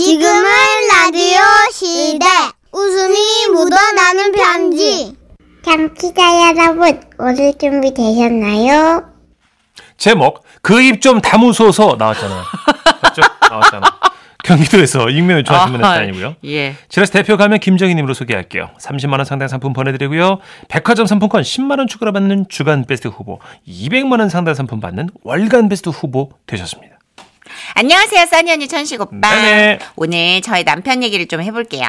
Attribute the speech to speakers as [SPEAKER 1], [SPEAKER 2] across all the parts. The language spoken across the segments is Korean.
[SPEAKER 1] 지금은 라디오 시대. 웃음이 묻어나는 편지.
[SPEAKER 2] 참치자 여러분, 오늘 준비 되셨나요?
[SPEAKER 3] 제목 그 입 좀 다무소서 나왔잖아요. 맞죠? 나왔잖아. 경기도에서 익명을 좋아하시는 분의 사연이고요.
[SPEAKER 4] 예.
[SPEAKER 3] 지라스 대표 가면 김정희님으로 소개할게요. 30만 원 상당 상품 보내드리고요. 백화점 상품권 10만 원 추가로 받는 주간 베스트 후보, 200만 원 상당 상품 받는 월간 베스트 후보 되셨습니다.
[SPEAKER 4] 안녕하세요, 써니 언니 천식 오빠.
[SPEAKER 3] 네네.
[SPEAKER 4] 오늘 저의 남편 얘기를 좀 해볼게요.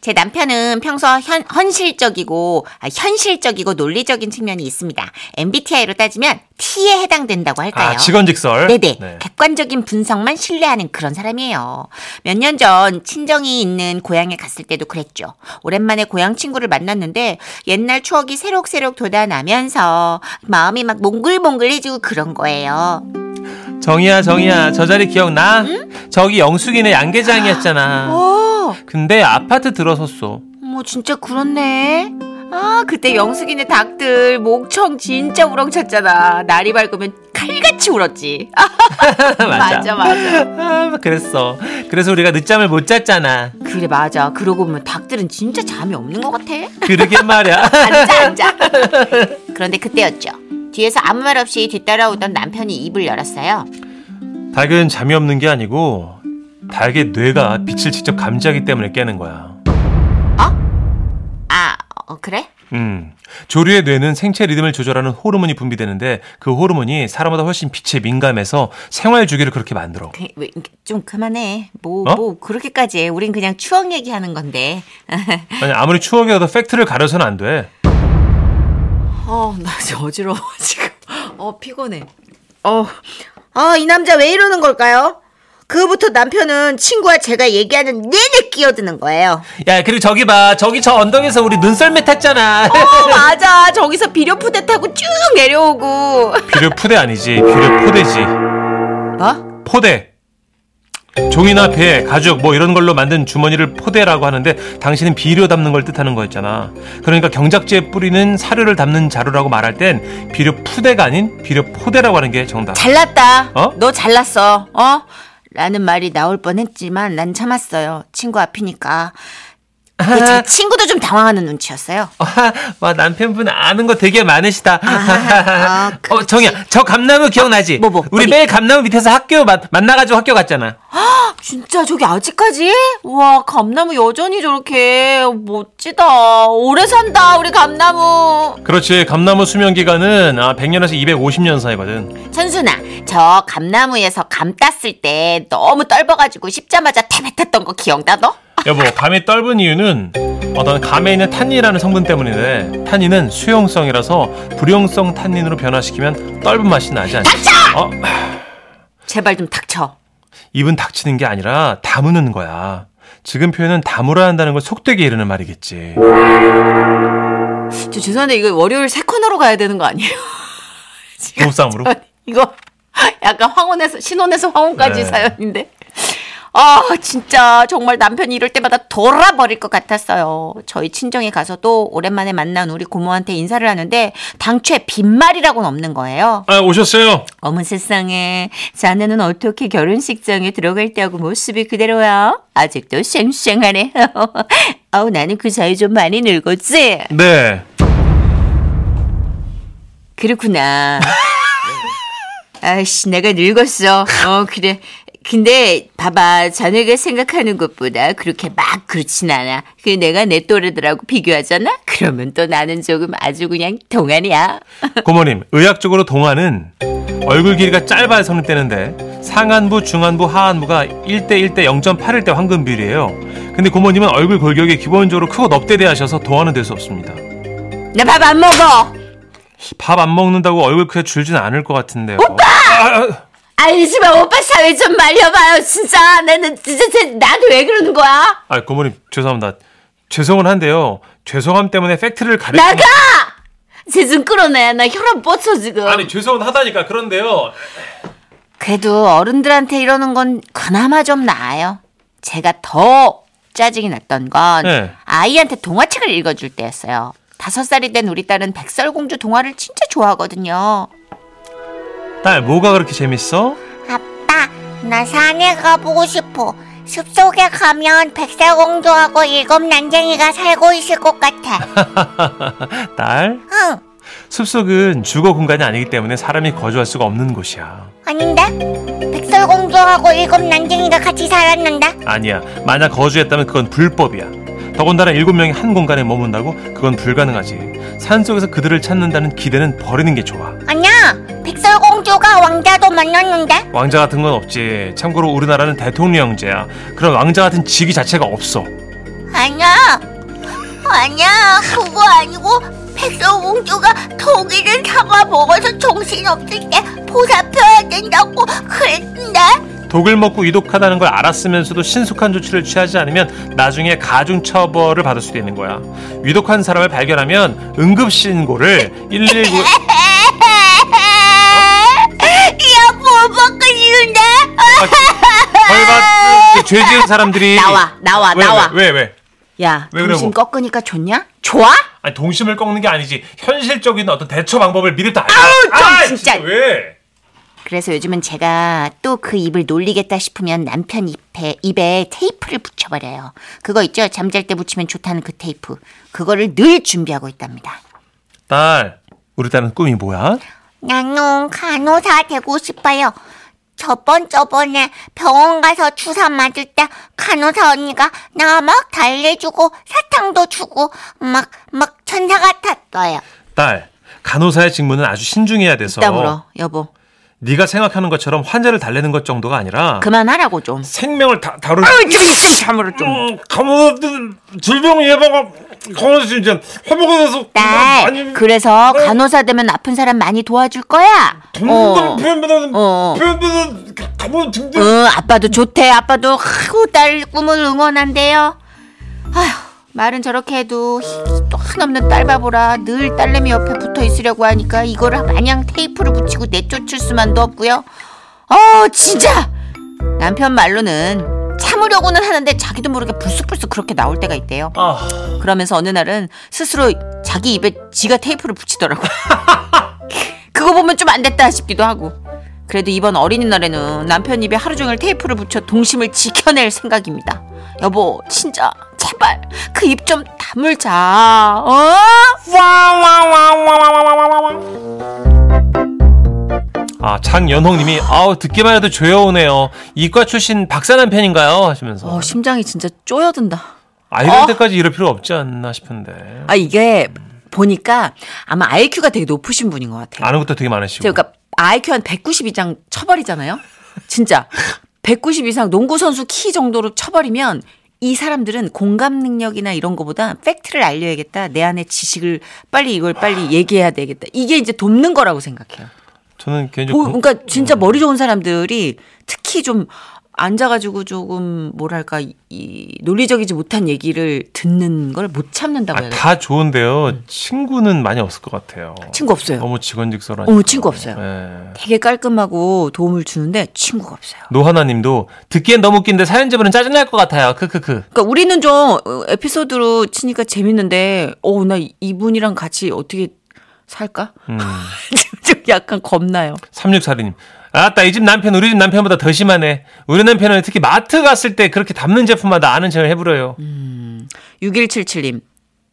[SPEAKER 4] 제 남편은 평소 현, 헌실적이고, 아, 현실적이고 논리적인 측면이 있습니다. MBTI로 따지면 T에 해당된다고 할까요?
[SPEAKER 3] 아 직원직설.
[SPEAKER 4] 네네.
[SPEAKER 3] 네.
[SPEAKER 4] 객관적인 분석만 신뢰하는 그런 사람이에요. 몇 년 전 친정이 있는 고향에 갔을 때도 그랬죠. 오랜만에 고향 친구를 만났는데 옛날 추억이 새록새록 돋아나면서 마음이 막 몽글몽글해지고 그런 거예요.
[SPEAKER 3] 정이야
[SPEAKER 4] 음.
[SPEAKER 3] 정이야 저 자리 기억나? 저기 영숙이네
[SPEAKER 4] 어?
[SPEAKER 3] 양계장이었잖아.
[SPEAKER 4] 오,
[SPEAKER 3] 근데 아파트 들어섰어.
[SPEAKER 4] 뭐 진짜 그렇네. 아, 그때 영숙이네 닭들 목청 진짜 우렁찼잖아. 날이 밝으면 칼같이 울었지. 아, 맞아, 맞아.
[SPEAKER 3] 아, 그랬어. 그래서 우리가 늦잠을 못 잤잖아.
[SPEAKER 4] 그래, 맞아. 그러고 보면 닭들은 진짜 잠이 없는 것 같아.
[SPEAKER 3] 그러게 말이야.
[SPEAKER 4] 앉아 앉아. 그런데 그때였죠. 뒤에서 아무 말 없이 뒤따라오던 남편이 입을 열었어요.
[SPEAKER 3] 닭은 잠이 없는 게 아니고 닭의 뇌가 빛을 직접 감지하기 때문에 깨는 거야.
[SPEAKER 4] 아 어, 그래?
[SPEAKER 3] 음. 조류의 뇌는 생체 리듬을 조절하는 호르몬이 분비되는데 그 호르몬이 사람보다 훨씬 빛에 민감해서 생활 주기를 그렇게 만들어.
[SPEAKER 4] 그, 왜, 좀 그만해. 뭐 뭐
[SPEAKER 3] 어?
[SPEAKER 4] 그렇게까지 해. 우린 그냥 추억 얘기하는 건데.
[SPEAKER 3] 아니 아무리 추억이어도 팩트를 가려서는 안 돼.
[SPEAKER 4] 어나 어지러워 지금. 어 피곤해. 어. 아이 남자 왜 이러는 걸까요? 그부터 남편은 친구와 제가 얘기하는 내내 끼어드는 거예요.
[SPEAKER 3] 야 그리고 저기 봐 저기 저 언덕에서 우리 눈썰매 탔잖아.
[SPEAKER 4] 어, 맞아. 저기서 비료푸대 타고 쭉 내려오고.
[SPEAKER 3] 비료 푸대 아니지 비료 포대지
[SPEAKER 4] 뭐?
[SPEAKER 3] 포대. 종이나 배, 가죽 뭐 이런 걸로 만든 주머니를 포대라고 하는데 당신은 비료 담는 걸 뜻하는 거였잖아. 그러니까 경작지에 뿌리는 사료를 담는 자루라고 말할 땐 비료 푸대가 아닌 비료 포대라고 하는 게 정답.
[SPEAKER 4] 잘났다.
[SPEAKER 3] 어?
[SPEAKER 4] 너 잘났어. 어? 라는 말이 나올 뻔했지만 난 참았어요. 친구 앞이니까. 근데 제 친구도 좀 당황하는 눈치였어요.
[SPEAKER 3] 아, 와 남편분 아는 거 되게 많으시다.
[SPEAKER 4] 아,
[SPEAKER 3] 어
[SPEAKER 4] 그렇지.
[SPEAKER 3] 정이야 저 감나무 기억나지?
[SPEAKER 4] 뭐, 뭐,
[SPEAKER 3] 우리
[SPEAKER 4] 어디?
[SPEAKER 3] 매일 감나무 밑에서 학교 만, 만나가지고 학교 갔잖아.
[SPEAKER 4] 진짜 저기 아직까지? 와 감나무 여전히 저렇게 멋지다. 오래 산다 우리 감나무.
[SPEAKER 3] 그렇지 감나무 수명 기간은 아, 100년에서 250년 사이거든.
[SPEAKER 4] 천순아 저 감나무에서 감 땄을 때 너무 떨버가지고 씹자마자 태뱉었던 거 기억나 너?
[SPEAKER 3] 여보 감이 떫은 이유는 어떤 감에 있는 탄닌이라는 성분 때문인데 탄닌은 수용성이라서 불용성 탄닌으로 변화시키면 떫은 맛이 나지 않지. 어?
[SPEAKER 4] 제발 좀 닥쳐.
[SPEAKER 3] 입은 닥치는 게 아니라 다무는 거야. 지금 표현은 다무라 한다는 걸 속되게 이르는 말이겠지.
[SPEAKER 4] 저 죄송한데 이거 월요일 새 코너로 가야 되는 거 아니에요?
[SPEAKER 3] 부부싸움으로.
[SPEAKER 4] 이거 약간 황혼에서 신혼에서
[SPEAKER 3] 네.
[SPEAKER 4] 황혼까지 사연인데. 아 진짜 정말 남편이 이럴 때마다 돌아버릴 것 같았어요. 저희 친정에 가서도 오랜만에 만난 우리 고모한테 인사를 하는데 당초에 빈말이라고는 없는 거예요.
[SPEAKER 3] 아 오셨어요.
[SPEAKER 4] 어머 세상에 자네는 어떻게 결혼식장에 들어갈 때하고 모습이 그대로야? 아직도 쌩쌩하네. 아우 나는 그 사이 좀 많이 늙었지.
[SPEAKER 3] 네.
[SPEAKER 4] 그렇구나. 아씨, 내가 늙었어. 어, 그래. 근데 봐봐, 자네가 생각하는 것보다 그렇게 막 그렇진 않아. 그 내가 내 또래들하고 비교하잖아. 그러면 또 나는 조금 아주 그냥 동안이야.
[SPEAKER 3] 고모님, 의학적으로 동안은 얼굴 길이가 짧아야 선입되는데 상안부, 중안부, 하안부가 1대 1대 0.8일 때 황금 비율이에요. 근데 고모님은 얼굴 골격이 기본적으로 크고 넓대대하셔서 동안은 될 수 없습니다.
[SPEAKER 4] 나 밥 안 먹어.
[SPEAKER 3] 밥 안 먹는다고 얼굴 크게 줄진 않을 것 같은데요. 아, 오빠!
[SPEAKER 4] 알지만 오빠 사회 좀 말려봐요. 진짜 나는 진짜 쟤, 나한테 왜 그러는 거야?
[SPEAKER 3] 아, 고모님 죄송합니다. 죄송은 한데요. 죄송함 때문에 팩트를 가리.
[SPEAKER 4] 나가! 쟤 좀 끌어내. 나 혈압 뻗쳐 지금.
[SPEAKER 3] 아니 죄송은 하다니까 그런데요.
[SPEAKER 4] 그래도 어른들한테 이러는 건 그나마 좀 나아요. 제가 더 짜증이 났던 건
[SPEAKER 3] 네.
[SPEAKER 4] 아이한테 동화책을 읽어줄 때였어요. 다섯 살이 된 우리 딸은 백설공주 동화를 진짜 좋아하거든요.
[SPEAKER 3] 딸 뭐가 그렇게 재밌어?
[SPEAKER 2] 아빠, 나 산에 가보고 싶어. 숲속에 가면 백설공주하고 일곱 난쟁이가 살고 있을 것 같아.
[SPEAKER 3] 딸,
[SPEAKER 2] 응,
[SPEAKER 3] 숲속은 주거 공간이 아니기 때문에 사람이 거주할 수가 없는 곳이야.
[SPEAKER 2] 아닌데? 백설공주하고 일곱 난쟁이가 같이 살았는데?
[SPEAKER 3] 아니야. 만약 거주했다면 그건 불법이야. 더군다나 일곱 명이 한 공간에 머문다고 그건 불가능하지. 산속에서 그들을 찾는다는 기대는 버리는 게 좋아.
[SPEAKER 2] 아니야, 백설공주가 왕자도 만났는데?
[SPEAKER 3] 왕자 같은 건 없지. 참고로 우리나라는 대통령제야. 그런 왕자 같은 직위 자체가 없어.
[SPEAKER 2] 아니야, 아니야, 그거 아니고 백설공주가 토기를 잡아 먹어서 정신없을 때 보살펴야 된다고 그랬는데?
[SPEAKER 3] 독을 먹고 이독하다는 걸 알았으면서도 신속한 조치를 취하지 않으면 나중에 가중 처벌을 받을 수도 있는 거야. 위독한 사람을 발견하면 응급 신고를 119
[SPEAKER 2] 야, 뭐 먹고 싶은데?
[SPEAKER 3] 아, 벌받 그 죄 지은 사람들이
[SPEAKER 4] 나와, 아, 나와,
[SPEAKER 3] 왜,
[SPEAKER 4] 나와.
[SPEAKER 3] 왜, 왜, 왜?
[SPEAKER 4] 야,
[SPEAKER 3] 왜 그래,
[SPEAKER 4] 동심
[SPEAKER 3] 뭐.
[SPEAKER 4] 꺾으니까 좋냐? 좋아?
[SPEAKER 3] 아니 동심을 꺾는 게 아니지 현실적인 어떤 대처 방법을 미리 다
[SPEAKER 4] 아우, 좀
[SPEAKER 3] 아,
[SPEAKER 4] 진짜.
[SPEAKER 3] 왜?
[SPEAKER 4] 그래서 요즘은 제가 또 그 입을 놀리겠다 싶으면 남편 입에, 입에 테이프를 붙여버려요. 그거 있죠? 잠잘 때 붙이면 좋다는 그 테이프. 그거를 늘 준비하고 있답니다.
[SPEAKER 3] 딸 우리 딸은 꿈이 뭐야?
[SPEAKER 2] 나는 간호사 되고 싶어요. 저번 저번에 병원 가서 주사 맞을 때 간호사 언니가 나 막 달래주고 사탕도 주고 막 막 천사 같았어요.
[SPEAKER 3] 딸 간호사의 직무는 아주 신중해야 돼서
[SPEAKER 4] 땀 울어, 여보.
[SPEAKER 3] 네가 생각하는 것처럼 환자를 달래는 것 정도가 아니라
[SPEAKER 4] 그만하라고 좀.
[SPEAKER 3] 생명을 다, 다루는
[SPEAKER 4] 참으로 좀.
[SPEAKER 3] 간호사들 질병 예방과 건강 진전 회복에서
[SPEAKER 4] 딸, 그래서
[SPEAKER 3] 네.
[SPEAKER 4] 간호사 되면 아픈 사람 많이 도와줄 거야. 어.
[SPEAKER 3] 표현보다는
[SPEAKER 4] 어. 그
[SPEAKER 3] 표현보다는 간호 등등
[SPEAKER 4] 응, 어, 아빠도 좋대. 아빠도 하고 딸 꿈을 응원한대요. 아휴, 말은 저렇게 해도 또 한없는 딸 바보라 늘 딸내미 옆에 붙어 있으려고 하니까 이거를 마냥 테이프를 붙이고 내쫓을 수만도 없고요. 어, 진짜 남편 말로는 참으려고는 하는데 자기도 모르게 불쑥불쑥 그렇게 나올 때가 있대요.
[SPEAKER 3] 아.
[SPEAKER 4] 그러면서 어느 날은 스스로 자기 입에 지가 테이프를 붙이더라고. 그거 보면 좀 안 됐다 싶기도 하고. 그래도 이번 어린이날에는 남편 입에 하루 종일 테이프를 붙여 동심을 지켜낼 생각입니다. 여보, 진짜 제발 그 입 좀 다물자. 어?
[SPEAKER 3] 아, 장연홍님이 아우 듣기만 해도 조여오네요. 이과 출신 박사남 편인가요? 하시면서
[SPEAKER 4] 어, 심장이 진짜 쪼여든다.
[SPEAKER 3] 아이들한테까지 이럴 필요 없지 않나 싶은데
[SPEAKER 4] 아 이게 보니까 아마 IQ가 되게 높으신 분인 것 같아요.
[SPEAKER 3] 아는 것도 되게 많으시고.
[SPEAKER 4] 제가 그러니까 IQ 한 190 이상 처벌이잖아요. 진짜 190 이상 농구 선수 키 정도로 처벌이면 이 사람들은 공감 능력이나 이런 거보다 팩트를 알려야겠다. 내 안에 지식을 빨리 이걸 빨리 얘기해야 되겠다. 이게 이제 돕는 거라고 생각해요.
[SPEAKER 3] 저는
[SPEAKER 4] 보-
[SPEAKER 3] 개인적으로
[SPEAKER 4] 그러니까 진짜 머리 좋은 사람들이 특히 좀 앉아가지고 조금 뭐랄까 이- 이 논리적이지 못한 얘기를 듣는 걸 못 참는다고 해야
[SPEAKER 3] 아,
[SPEAKER 4] 되나?
[SPEAKER 3] 다 좋은데요. 친구는 많이 없을 것 같아요.
[SPEAKER 4] 친구 없어요.
[SPEAKER 3] 너무 직원직설하니까.
[SPEAKER 4] 네. 어, 친구 없어요.
[SPEAKER 3] 예.
[SPEAKER 4] 되게 깔끔하고 도움을 주는데 친구가 없어요.
[SPEAKER 3] 노하나님도 듣기엔 너무 웃긴데 사연 제보는 짜증날 것 같아요. 크크크.
[SPEAKER 4] 그러니까 우리는 좀 어, 에피소드로 치니까 재밌는데, 어, 나 이- 이분이랑 같이 어떻게 살까?
[SPEAKER 3] 음.
[SPEAKER 4] 좀 약간 겁나요.
[SPEAKER 3] 3642님. 아따 이 집 남편 우리 집 남편보다 더 심하네. 우리 남편은 특히 마트 갔을 때 그렇게 담는 제품마다 아는 척을 해부려요.
[SPEAKER 4] 음. 6177님.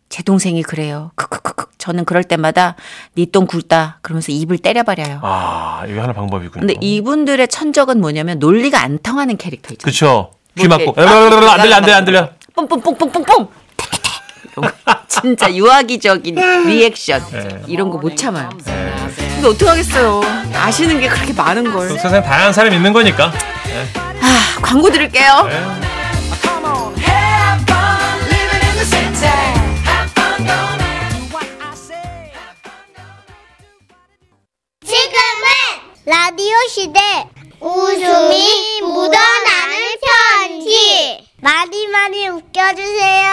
[SPEAKER 4] 제 동생이 그래요. 크크크크. 저는 그럴 때마다 니똥 굴다. 그러면서 입을 때려버려요.
[SPEAKER 3] 아 이거 하나 방법이군요.
[SPEAKER 4] 근데 이분들의 천적은 뭐냐면 논리가 안 통하는 캐릭터죠.
[SPEAKER 3] 그쵸. 귀
[SPEAKER 4] 뭐
[SPEAKER 3] 막고.
[SPEAKER 4] 이렇게 아,
[SPEAKER 3] 안 들려, 안 들려, 안 들려.
[SPEAKER 4] 뽕뽕뽕뽕뽕뽕. 태태태. 이런 거. 진짜 유아기적인 리액션 이런 거 못 참아요. 근데 어떡하겠어요. 아시는 게 그렇게 많은 걸.
[SPEAKER 3] 또 세상에 다양한 사람이 있는 거니까.
[SPEAKER 4] 아, 광고 드릴게요.
[SPEAKER 1] 지금은 라디오 시대 웃음이 묻어나는 편지 많이 많이 웃겨주세요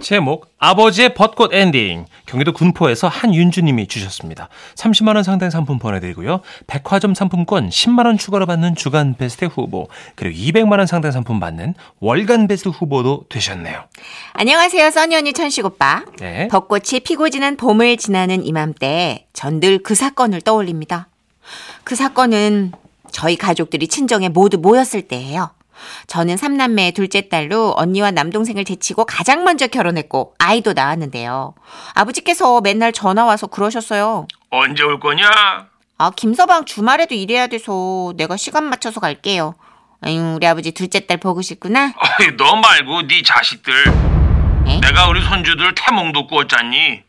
[SPEAKER 3] 제목 아버지의 벚꽃 엔딩. 경기도 군포에서 한윤주님이 주셨습니다. 30만 원 상당 상품 보내드리고요. 백화점 상품권 10만 원 추가로 받는 주간 베스트 후보 그리고 200만 원 상당 상품 받는 월간 베스트 후보도 되셨네요.
[SPEAKER 4] 안녕하세요. 써니 언니 천식 오빠.
[SPEAKER 3] 네.
[SPEAKER 4] 벚꽃이 피고 지는 봄을 지나는 이맘때 전 늘 그 사건을 떠올립니다. 그 사건은 저희 가족들이 친정에 모두 모였을 때예요. 저는 삼남매의 둘째 딸로 언니와 남동생을 제치고 가장 먼저 결혼했고 아이도 낳았는데요. 아버지께서 맨날 전화 와서 그러셨어요.
[SPEAKER 3] 언제 올 거냐?
[SPEAKER 4] 아, 김서방 주말에도 일해야 돼서 내가 시간 맞춰서 갈게요. 아유, 우리 아버지 둘째 딸 보고 싶구나.
[SPEAKER 5] 아이 너 말고 네 자식들
[SPEAKER 4] 에?
[SPEAKER 5] 내가 우리 손주들 태몽도 꾸었잖니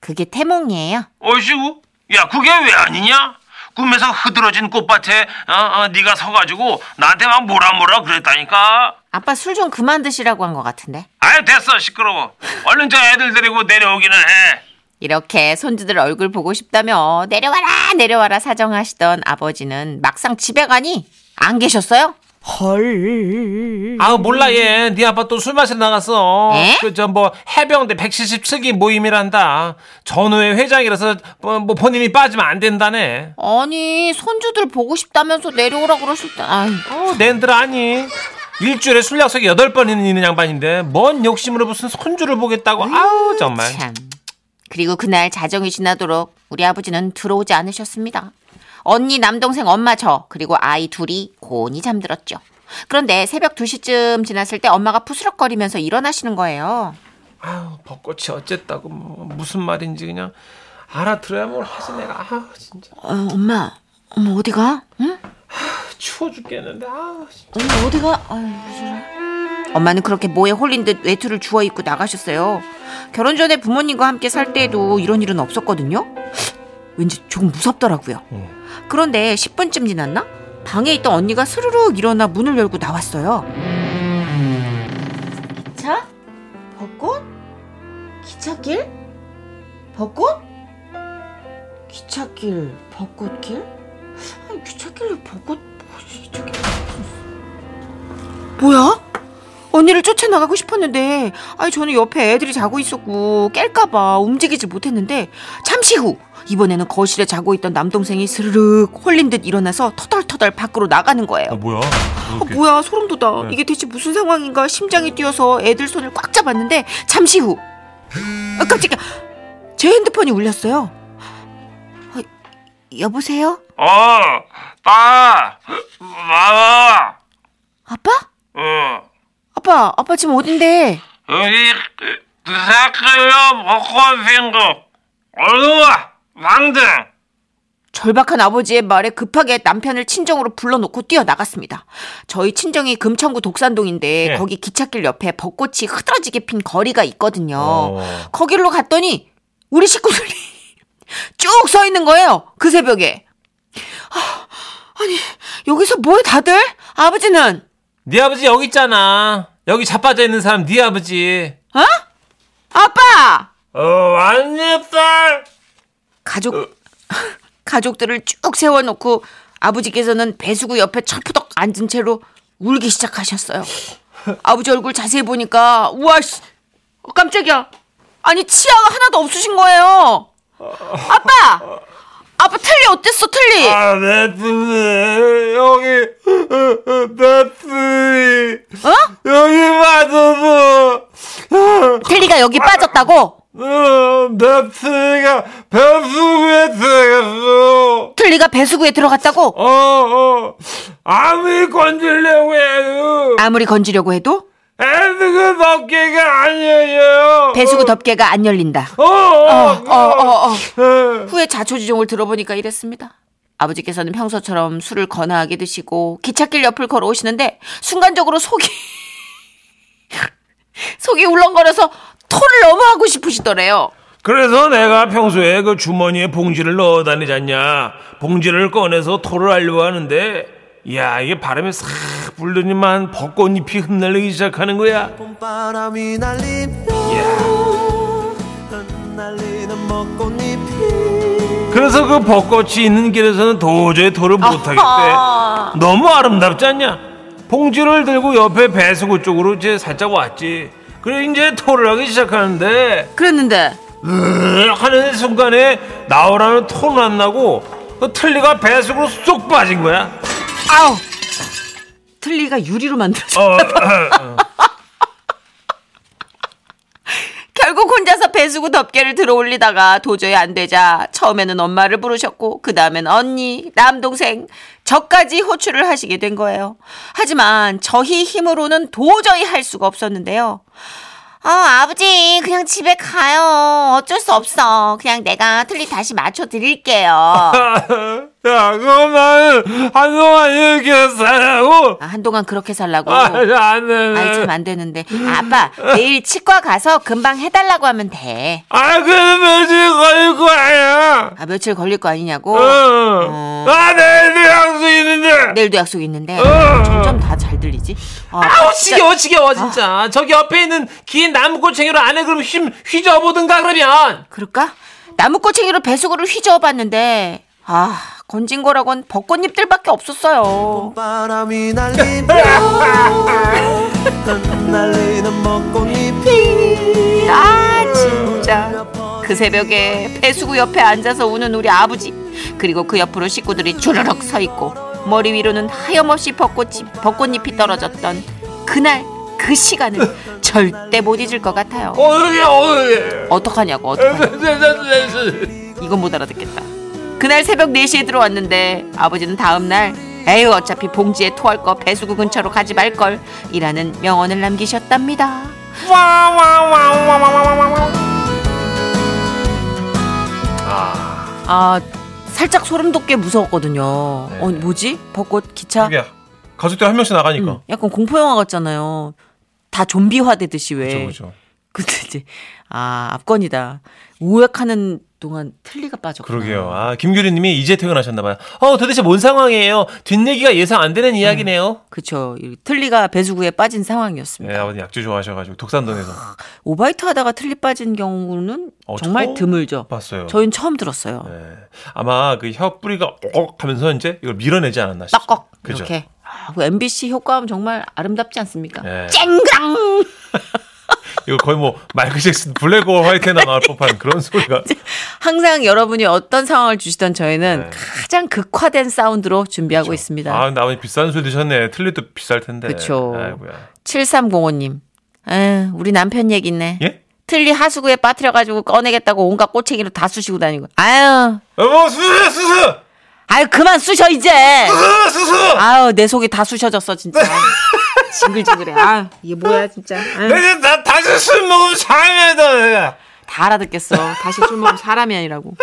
[SPEAKER 4] 그게 태몽이에요.
[SPEAKER 5] 어이구 야 그게 왜 아니냐 꿈에서 흐드러진 꽃밭에 어, 어, 네가 서가지고 나한테 막 뭐라 뭐라 그랬다니까
[SPEAKER 4] 아빠 술 좀 그만 드시라고 한 것 같은데.
[SPEAKER 5] 아이 됐어 시끄러워 얼른 저 애들 데리고 내려오기는 해
[SPEAKER 4] 이렇게 손주들 얼굴 보고 싶다며 내려와라 내려와라 사정하시던 아버지는 막상 집에 가니 안 계셨어요?
[SPEAKER 3] 아우 몰라 얘. 네 아빠 또 술 마시러 나갔어.
[SPEAKER 4] 에?
[SPEAKER 3] 그 저 뭐 해병대 177기 모임이란다. 전후의 회장이라서 뭐, 뭐 본인이 빠지면 안 된다네.
[SPEAKER 4] 아니 손주들 보고 싶다면서 내려오라 그러실 때 아이
[SPEAKER 3] 어, 낸들 아니. 일주일에 술 약속이 여덟 번 있는 양반인데 뭔 욕심으로 무슨 손주를 보겠다고. 아우 정말.
[SPEAKER 4] 음, 참. 그리고 그날 자정이 지나도록 우리 아버지는 들어오지 않으셨습니다. 언니, 남동생, 엄마, 저, 그리고 아이 둘이 곤히 잠들었죠. 그런데 새벽 2시쯤 지났을 때 엄마가 부스럭거리면서 일어나시는 거예요.
[SPEAKER 3] 아우 벚꽃이 어쨌다고 뭐 무슨 말인지 그냥 알아들어야 뭘 하지 내가. 아우 진짜
[SPEAKER 4] 어, 엄마, 엄마 어디 가? 응?
[SPEAKER 3] 추워 죽겠는데. 아우 진짜.
[SPEAKER 4] 엄마 어디 가? 아유, 무슨- 엄마는 그렇게 모에 홀린 듯 외투를 주워 입고 나가셨어요. 결혼 전에 부모님과 함께 살 때에도 이런 일은 없었거든요. 왠지 조금 무섭더라고요. 그런데 10분쯤 지났나? 방에 있던 언니가 스르륵 일어나 문을 열고 나왔어요. 기차? 벚꽃? 기찻길? 벚꽃? 기찻길, 벚꽃길? 아니, 기찻길에 벚꽃 뭐지? 저게 뭐야? 언니를 쫓아나가고 싶었는데 아니 저는 옆에 애들이 자고 있었고 깰까봐 움직이지 못했는데 잠시 후 이번에는 거실에 자고 있던 남동생이 스르륵 홀린 듯 일어나서 터덜터덜 밖으로 나가는 거예요
[SPEAKER 3] 아 뭐야?
[SPEAKER 4] 아, 뭐야 소름 돋아 이게 대체 무슨 상황인가 심장이 뛰어서 애들 손을 꽉 잡았는데 잠시 후 아, 깜짝이야 제 핸드폰이 울렸어요 아, 여보세요?
[SPEAKER 5] 어, 어빠 마마
[SPEAKER 4] 아빠?
[SPEAKER 5] 어
[SPEAKER 4] 아빠 아빠 지금 어딘데?
[SPEAKER 5] 여기 사클로 벚꽃 핑크 얼른 와 방등
[SPEAKER 4] 절박한 아버지의 말에 급하게 남편을 친정으로 불러놓고 뛰어나갔습니다. 저희 친정이 금천구 독산동인데
[SPEAKER 3] 예.
[SPEAKER 4] 거기 기찻길 옆에 벚꽃이 흐드러지게 핀 거리가 있거든요.
[SPEAKER 3] 어.
[SPEAKER 4] 거길로 갔더니 우리 식구들이 쭉 서 있는 거예요. 그 새벽에. 아, 아니 여기서 뭐해 다들? 아버지는
[SPEAKER 3] 네 아버지 여기 있잖아. 여기 자빠져 있는 사람 네 아버지.
[SPEAKER 4] 아빠
[SPEAKER 3] 어 완전 딸.
[SPEAKER 4] 가족 가족들을 쭉 세워놓고 아버지께서는 배수구 옆에 철푸덕 앉은 채로 울기 시작하셨어요. 아버지 얼굴 자세히 보니까 우와 씨 어, 깜짝이야. 아니 치아가 하나도 없으신 거예요. 아빠 아빠 틀리 어땠어 틀리?
[SPEAKER 3] 아, 네트리 여기 네트리
[SPEAKER 4] 어?
[SPEAKER 3] 여기 맞아서
[SPEAKER 4] 틀리가 여기 빠졌다고?
[SPEAKER 3] 네트리가 음, 배수구에 들어갔어.
[SPEAKER 4] 틀리가 배수구에 들어갔다고?
[SPEAKER 3] 어, 어, 아무리 건지려고 해도
[SPEAKER 4] 아무리 건지려고 해도
[SPEAKER 3] 배수구 덮개가 아니에요.
[SPEAKER 4] 배수구 덮개가 안 열린다.
[SPEAKER 3] 어, 어,
[SPEAKER 4] 어, 어, 어.
[SPEAKER 3] 어.
[SPEAKER 4] 후에 자초지종을 들어보니까 이랬습니다. 아버지께서는 평소처럼 술을 거나하게 드시고 기찻길 옆을 걸어오시는데 순간적으로 속이 속이 울렁거려서 토를 너무 하고 싶으시더래요.
[SPEAKER 3] 그래서 내가 평소에 그 주머니에 봉지를 넣어 다니지 않냐. 봉지를 꺼내서 토를 하려고 하는데, 야, 이게 바람에 싹 불더니만 벚꽃잎이 흩날리기 시작하는 거야.
[SPEAKER 6] 봄바람이 날리며 흩날리는 벚꽃잎이
[SPEAKER 3] 그래서 그 벚꽃이 있는 길에서는 도저히 토를 못하겠대. 너무 아름답지 않냐? 봉지를 들고 옆에 배수구 쪽으로 이제 살짝 왔지. 그래, 이제 토를 하기 시작하는데,
[SPEAKER 4] 그랬는데
[SPEAKER 3] 으 하는 순간에 나오라는 톤은 안 나고, 그 틀리가 배수구로 쏙 빠진 거야.
[SPEAKER 4] 아우 틀니가 유리로 어, 만들어져
[SPEAKER 3] 어, 어, 어.
[SPEAKER 4] 결국 혼자서 배수구 덮개를 들어 올리다가 도저히 안 되자 처음에는 엄마를 부르셨고 그 다음엔 언니, 남동생 저까지 호출을 하시게 된 거예요. 하지만 저희 힘으로는 도저히 할 수가 없었는데요.
[SPEAKER 2] 아, 아버지, 그냥 집에 가요. 어쩔 수 없어. 그냥 내가 틀리 다시
[SPEAKER 4] 아,
[SPEAKER 2] 맞춰드릴게요.
[SPEAKER 3] 야, 그만 한동안 이렇게 살라고.
[SPEAKER 4] 아, 한동안 그렇게 살라고.
[SPEAKER 3] 아, 안 돼.
[SPEAKER 4] 아이 참 안 되는데 아빠 내일 치과 가서 금방 해달라고 하면 돼.
[SPEAKER 3] 아, 그럼 며칠 걸릴 거야.
[SPEAKER 4] 아 며칠 걸릴 거 아니냐고.
[SPEAKER 3] 어. 아, 내일도 약속 있는데.
[SPEAKER 4] 내일도 약속 있는데
[SPEAKER 3] 어.
[SPEAKER 4] 점점 다 잘 들리지. 아,
[SPEAKER 3] 아우 지겨워 지겨워 진짜 저기 옆에 있는 긴 나무꼬챙이로 안에 그럼 휘, 휘저어보든가 그러면
[SPEAKER 4] 그럴까? 나무꼬챙이로 배수구를 휘저어봤는데 아 건진 거라곤 벚꽃잎들밖에 없었어요.
[SPEAKER 6] 바람이
[SPEAKER 3] 아.
[SPEAKER 6] 날리며 난 날리는 먹꽃잎이
[SPEAKER 4] 아 진짜 그 새벽에 배수구 옆에 앉아서 우는 우리 아버지 그리고 그 옆으로 식구들이 주르륵 서 있고 머리 위로는 하염없이 벚꽃이, 벚꽃잎이 떨어졌던 그날 그 시간을 절대 못 잊을 것 같아요.
[SPEAKER 3] 어르게 어르게
[SPEAKER 4] 어떡하냐고 어떡하냐고. 이건 못 알아듣겠다. 그날 새벽 4시에 들어왔는데 아버지는 다음날 에휴 어차피 봉지에 토할 거 배수구 근처로 가지 말걸 이라는 명언을 남기셨답니다. 아 살짝 소름 돋게 무서웠거든요.
[SPEAKER 3] 네.
[SPEAKER 4] 어 뭐지? 벚꽃 기차?
[SPEAKER 3] 가족들 한 명씩 나가니까
[SPEAKER 4] 음, 약간 공포 영화 같잖아요. 다 좀비화 되듯이 왜?
[SPEAKER 3] 그렇죠.
[SPEAKER 4] 근데 이제 아 압권이다. 우역하는 동안 틀리가 빠졌구나.
[SPEAKER 3] 그러게요 아 김규리님이 이제 퇴근하셨나봐요 어 도대체 뭔 상황이에요 뒷얘기가 예상 안 되는 이야기네요
[SPEAKER 4] 음. 그쵸. 이 틀리가 배수구에 빠진 상황이었습니다.
[SPEAKER 3] 네 아버님 약주 좋아하셔가지고 독산동에서
[SPEAKER 4] 오바이트 하다가 틀리 빠진 경우는
[SPEAKER 3] 네. 어,
[SPEAKER 4] 정말
[SPEAKER 3] 처음
[SPEAKER 4] 드물죠.
[SPEAKER 3] 봤어요
[SPEAKER 4] 저희는 처음 들었어요.
[SPEAKER 3] 네. 아마 그 혀 뿌리가 꺽 하면서 이제 이걸 밀어내지 않았나 싶어요
[SPEAKER 4] 떡꺽
[SPEAKER 3] 그죠?
[SPEAKER 4] 이렇게. 아, 그 MBC 효과음 정말 아름답지 않습니까?
[SPEAKER 3] 네.
[SPEAKER 4] 쨍그랑
[SPEAKER 3] 이거 거의 뭐 마이클 잭슨 블랙 오어 화이트에나 나올 법한 그런 소리가
[SPEAKER 4] 항상 여러분이 어떤 상황을 주시던
[SPEAKER 3] 네.
[SPEAKER 4] 저희는 가장 극화된 사운드로 준비하고 있습니다.
[SPEAKER 3] 아, 근데 아버님 비싼 술 드셨네. 틀리도 비쌀 텐데.
[SPEAKER 4] 그쵸.
[SPEAKER 3] 네. 아이고야.
[SPEAKER 4] 7305님. 에, 우리 남편 얘기네.
[SPEAKER 3] 예?
[SPEAKER 4] 틀리 하수구에 빠뜨려가지고 꺼내겠다고 온갖 꼬챙이로 다 쑤시고 다니고. 아유,
[SPEAKER 3] 여보, 어, 뭐, 수수, 수수!
[SPEAKER 4] 아유, 그만 쑤셔, 이제!
[SPEAKER 3] 수수, 수수!
[SPEAKER 4] 아유, 내 속이 다 쑤셔졌어, 진짜.
[SPEAKER 3] 네.
[SPEAKER 4] 징글징글해. 아유, 이게 뭐야, 진짜. 아유,
[SPEAKER 3] 내가 나 다시 술 먹으면 잠이다, 내가.
[SPEAKER 4] 다 알아듣겠어. 다시 술 먹으면 사람이 아니라고.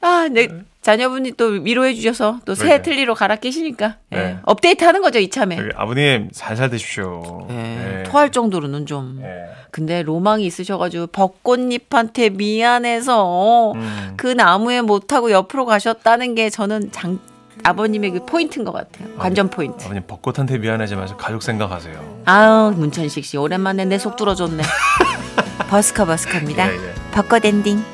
[SPEAKER 4] 아, 내 자녀분이 또 위로해 주셔서 또 새
[SPEAKER 3] 그러게요.
[SPEAKER 4] 틀리로 갈아 끼시니까. 예.
[SPEAKER 3] 네.
[SPEAKER 4] 업데이트 하는 거죠, 이참에.
[SPEAKER 3] 저기 아버님, 살살 드십시오.
[SPEAKER 4] 예.
[SPEAKER 3] 네.
[SPEAKER 4] 토할 정도로는 좀.
[SPEAKER 3] 네.
[SPEAKER 4] 근데 로망이 있으셔가지고 벚꽃잎한테 미안해서
[SPEAKER 3] 음.
[SPEAKER 4] 그 나무에 못하고 옆으로 가셨다는 게 저는 장, 아버님의 그 포인트인 것
[SPEAKER 3] 어.
[SPEAKER 4] 같아요. 관전 포인트.
[SPEAKER 3] 아버님, 벚꽃한테 미안하지 마시고 가족 생각하세요.
[SPEAKER 4] 아우 문천식 씨 오랜만에 내 속 뚫어줬네. 버스커 버스커입니다.
[SPEAKER 3] 예, 예.
[SPEAKER 4] 벚꽃 엔딩.